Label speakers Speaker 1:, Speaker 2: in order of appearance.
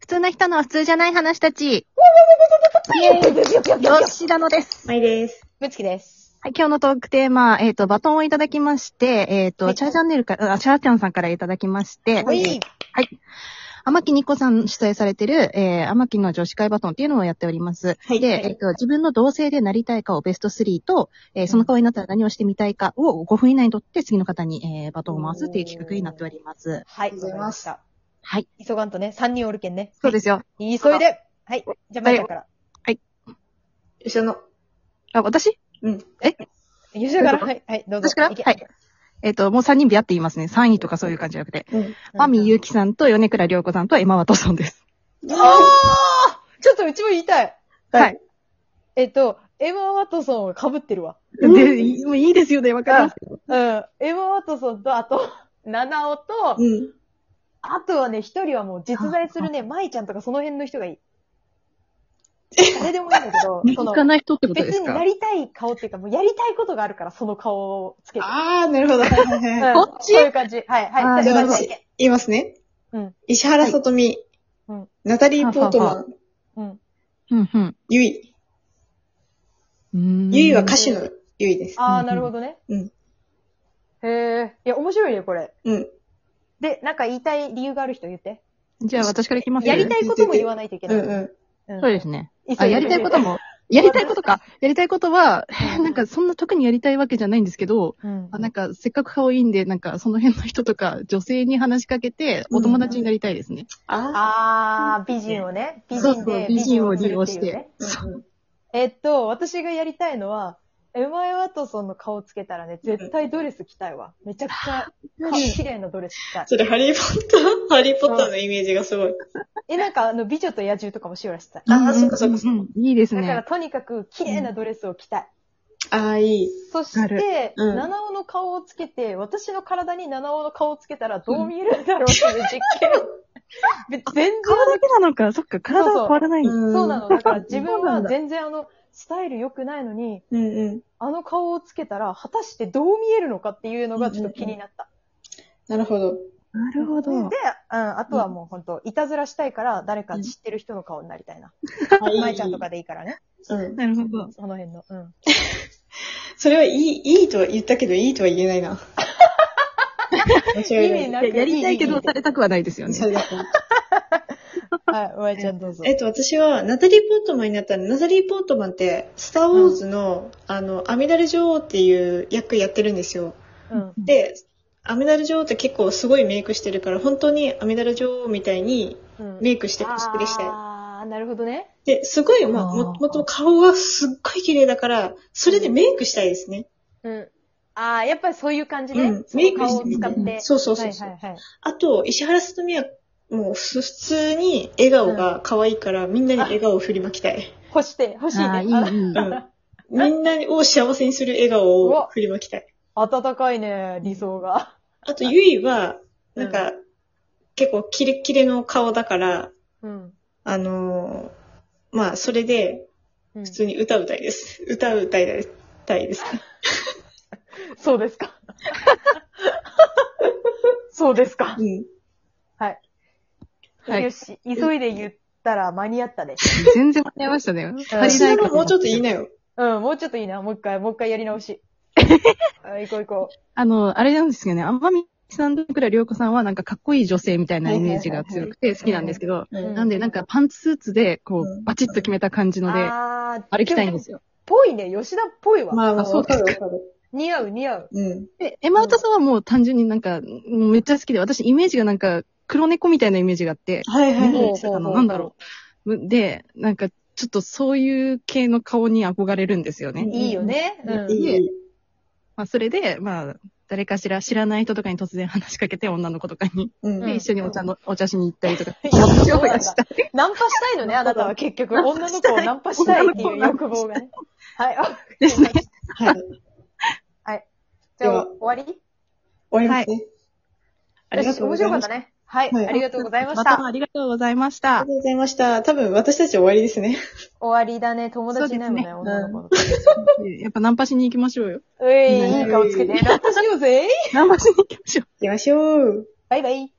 Speaker 1: 普通な人の普通じゃない話たち、
Speaker 2: イェーイ
Speaker 1: 吉田のです。
Speaker 3: まいです。
Speaker 2: むつきです。
Speaker 1: はい、今日のトークテーマ、えっ、と、バトンをいただきまして、えっ、と、
Speaker 2: はい
Speaker 1: チャーチャンネルから、あチャーチャンさんからいただきまして、
Speaker 2: はい。
Speaker 1: 天木ニコさん主催されてる、えー、天木の女子会バトンっていうのをやっております。
Speaker 3: はい
Speaker 1: で、
Speaker 3: はい
Speaker 1: えっ、と、自分の同性でなりたいかをベスト3と、えーその顔になったら何をしてみたいかを5分以内にとって次の方に、えー、バトンを回すっていう企画になっております。
Speaker 2: はい。
Speaker 3: りがとうございます
Speaker 2: わか
Speaker 1: はい。
Speaker 2: りました。急がんとね、3人おるけんね。
Speaker 1: そうですよ。
Speaker 2: 急いで。はい。じゃあ、まいたから。
Speaker 3: 後ろの。
Speaker 1: あ、私
Speaker 3: うん。
Speaker 2: ゆしから。はい。はい。どうぞ。
Speaker 1: 私から
Speaker 2: いけ
Speaker 1: はい。えっ、と、もう3人ビャって言いますね。3位とかそういう感じじゃなくて。
Speaker 3: うん。
Speaker 1: マミユキさんと米倉涼子さんとエマワトソンです。
Speaker 2: ああちょっとうちも言いたい。
Speaker 1: はい。
Speaker 2: えっと、エマ・ワトソンを被ってるわ。
Speaker 3: うん
Speaker 1: で、いいもういいですよね、わかります。
Speaker 2: うん。エマ・ワトソンと、あと、 七尾と、
Speaker 3: うん。
Speaker 2: あとはね、一人はもう実在するね、舞ちゃんとかその辺の人がいい。誰でもいいんだけ ど、
Speaker 1: 身
Speaker 2: その
Speaker 1: 近な人ってことで
Speaker 2: 別
Speaker 1: す
Speaker 2: にな
Speaker 1: か
Speaker 2: りたい顔っていうか、もうやりたいことがあるから、その顔をつけて。
Speaker 3: あー、なるほど。はいはいはい。
Speaker 2: こっちそういう感じ。はい、
Speaker 1: あ
Speaker 2: はい。
Speaker 1: ー
Speaker 2: じゃ
Speaker 3: じゃ
Speaker 2: あ
Speaker 3: あ、私、言いますね。
Speaker 2: うん。
Speaker 3: 石原さとみ。
Speaker 2: うん
Speaker 3: ナタリー・ポートマン。
Speaker 2: うん。
Speaker 1: うん、うん。
Speaker 3: ゆい。
Speaker 1: うん
Speaker 3: ゆいは歌手のゆいです。
Speaker 2: あー、なるほどね。
Speaker 3: うん。
Speaker 2: へえ。いや、面白いね、これ。
Speaker 3: うん。
Speaker 2: で、なんか言いたい理由がある人言って。
Speaker 1: じゃあ私からいきます
Speaker 2: やりたいことも言わないといけ
Speaker 3: う
Speaker 2: なんい。
Speaker 3: うん。
Speaker 2: うん
Speaker 1: そうですね。
Speaker 2: 急い
Speaker 1: あ、
Speaker 2: で
Speaker 1: やりたいことも、 やりたいことか。やりたいことは、 えーなんかそんな特にやりたいわけじゃないんですけど、
Speaker 2: うん
Speaker 1: あなんかせっかく顔いいんで、なんかその辺の人とか女性に話しかけてお友達になりたいですね。
Speaker 3: あ
Speaker 2: あー、美人をね。美
Speaker 1: そう
Speaker 2: 人
Speaker 1: そう
Speaker 2: で、
Speaker 1: 美人を
Speaker 2: する
Speaker 1: 利用
Speaker 2: ってい
Speaker 1: し
Speaker 2: う
Speaker 1: て
Speaker 2: ね。
Speaker 3: ー。うん
Speaker 2: えっと、私がやりたいのは、エマ・ワトソンの顔つけたらね、絶対ドレス着たいわ。めちゃくちゃ、か綺麗なドレス着たい。
Speaker 3: それ、ハリー・ポッター ハリー・ポッターのイメージがすごい。
Speaker 2: え、なんかあの、美女と野獣とかもしおらしたい。
Speaker 3: あー
Speaker 1: うんうん
Speaker 3: そっかそっかそっか
Speaker 1: うんいいです
Speaker 2: だから、
Speaker 1: ね。
Speaker 2: とにかく、綺麗なドレスを着たい。
Speaker 3: あー、いい。
Speaker 2: そ
Speaker 1: な
Speaker 2: して、
Speaker 3: うん
Speaker 2: 七尾の顔をつけて、私の体に七尾の顔をつけたらどう見えるんだろうっていう実験。で全
Speaker 1: 顔だけなのか、そっか、体は変わらない。
Speaker 2: 然、そうなの。
Speaker 3: の。
Speaker 2: だから自分
Speaker 1: そうな
Speaker 2: は
Speaker 1: んだ
Speaker 2: 全然あの、スタイル良くないのに、
Speaker 3: うんうん。
Speaker 2: あの顔をつけたら、果たしてどう見えるのかっていうのがちょっと気になった。
Speaker 3: なるほど。
Speaker 1: なるほど。
Speaker 2: で、うん、あとはもう本当いたずらしたいから、誰か知ってる人の顔になりたいな。
Speaker 3: あいい
Speaker 2: まいちゃんとかでいいからね。
Speaker 3: うん。
Speaker 1: なるほど。
Speaker 2: その辺の。うん。
Speaker 3: それはいい、いいとは言ったけど、いいとは言えないな。間違い
Speaker 2: 意味な
Speaker 3: ない。
Speaker 2: い
Speaker 1: ややりたいけどされたくはないですよね。
Speaker 3: そうですね
Speaker 2: はい、まいちゃんどうぞ。
Speaker 3: えっと、私は、ナタリー・ポートマンになったら、ナタリー・ポートマンって、スター・ウォーズの、あの、アミダル女王っていう役やってるんですよ。
Speaker 2: うん。
Speaker 3: で、アミダル女王って結構すごいメイクしてるから、本当にアミダル女王みたいに
Speaker 2: うん
Speaker 3: メイクしてほしくでしたい。
Speaker 2: あー、なるほどね。
Speaker 3: で、すごい、まあ、も
Speaker 1: あー
Speaker 3: もとも顔がすっごい綺麗だから、それでメイクしたいですね。
Speaker 2: うん。ああ、やっぱりそういう感じね。
Speaker 3: うん
Speaker 2: その
Speaker 3: メイク
Speaker 2: 顔
Speaker 3: し
Speaker 2: を
Speaker 3: てみ
Speaker 2: 使
Speaker 3: たい
Speaker 2: って。
Speaker 3: そうそうそうそう
Speaker 2: はいはいはい。
Speaker 3: あと、石原さとみは、もうす普通に笑顔が可愛いから、みんなに笑顔を振りまきたい。
Speaker 2: 欲して、欲しいね。
Speaker 1: あ
Speaker 2: あ
Speaker 1: あ、いい、いい。
Speaker 3: うん。みんなを幸せにする笑顔を振りまきたい。
Speaker 2: 暖かいね、理想が。
Speaker 3: あと、ゆいは、なんか、結構キレッキレの顔だから、
Speaker 2: うん。
Speaker 3: あのーまあ、それで、
Speaker 2: うん
Speaker 3: 普通に歌歌いです。歌歌いたいです。
Speaker 2: そうですか。そうですか
Speaker 3: う。ん。
Speaker 1: はい
Speaker 2: よし、急いで言ったら間に合ったね。
Speaker 1: 全然間に合いましたね。
Speaker 2: 足り
Speaker 3: 足なのもうちょっと言い
Speaker 1: い。
Speaker 3: なよ。
Speaker 2: うん、もうちょっといいな。もう一回、もう一回やり直し。あ行こう行こ
Speaker 1: あの、あれなんですよね。天海さんとくら涼子さんはなんかかっこいい女性みたいなイメージが強くて好きなんですけど、
Speaker 3: う
Speaker 2: うん
Speaker 3: ん。
Speaker 1: なんでなんかパンツスーツでこ
Speaker 3: う
Speaker 1: う、
Speaker 3: ん
Speaker 1: バチッと決めた感じ
Speaker 2: う。
Speaker 1: ので、
Speaker 2: あー、。
Speaker 1: 歩きたいんですすよ。
Speaker 2: ぽいね、吉田っぽいわ。
Speaker 3: まあ、まあ
Speaker 1: あそう
Speaker 3: わ
Speaker 1: で
Speaker 3: か
Speaker 1: す
Speaker 3: る
Speaker 1: か
Speaker 3: わかる。
Speaker 2: 似合う似合う。
Speaker 3: うん。
Speaker 1: で、エマウトさんはもう単純になんか、もうめっちゃ好きで、私イメージがなんか黒猫みたいなイメージがあって、
Speaker 3: はいはいはい。
Speaker 1: もうあのなんだろう。で、なんかちょっとそういう系の顔に憧れるんですよね。
Speaker 2: いいよね。うん。
Speaker 3: いいいい。
Speaker 1: まあそれで、まあ、誰かしら知らない人とかに突然話しかけて女の子とかに。
Speaker 3: うん。
Speaker 2: う
Speaker 1: で、
Speaker 2: ん
Speaker 1: 一緒にお茶の、お茶しに行ったり とか。
Speaker 2: いやそうなんだ
Speaker 1: お茶をした い
Speaker 2: ナンパしたいのね、あなたは結局。女の子をナンパしたいっていう欲望がね。はい。あ
Speaker 1: ですね。
Speaker 3: はい。終
Speaker 2: じゃ
Speaker 3: で
Speaker 2: あ
Speaker 3: は
Speaker 2: 終わり
Speaker 3: わりますね。あり
Speaker 2: よ
Speaker 3: が
Speaker 2: し
Speaker 3: とうご
Speaker 2: 面
Speaker 3: ざい
Speaker 2: 白か
Speaker 3: ま
Speaker 2: っ
Speaker 3: したた。
Speaker 2: ね。はい。
Speaker 3: はい
Speaker 2: ありがとうございまし
Speaker 1: バトン
Speaker 2: た。
Speaker 1: ありがとうございまし
Speaker 3: あ
Speaker 1: た
Speaker 3: りが。とうございました。多分私たち終わりですね。
Speaker 2: 終わりだね。友達いないもんね、
Speaker 1: そ
Speaker 2: 女の子の。
Speaker 1: やっぱナンパしに行きましょうよ。
Speaker 2: うえい、
Speaker 3: ね
Speaker 2: いい顔つけて。ナンパしようぜ。
Speaker 1: ナンパしに行きましょう。
Speaker 3: 行きましょう。
Speaker 2: バイバイ。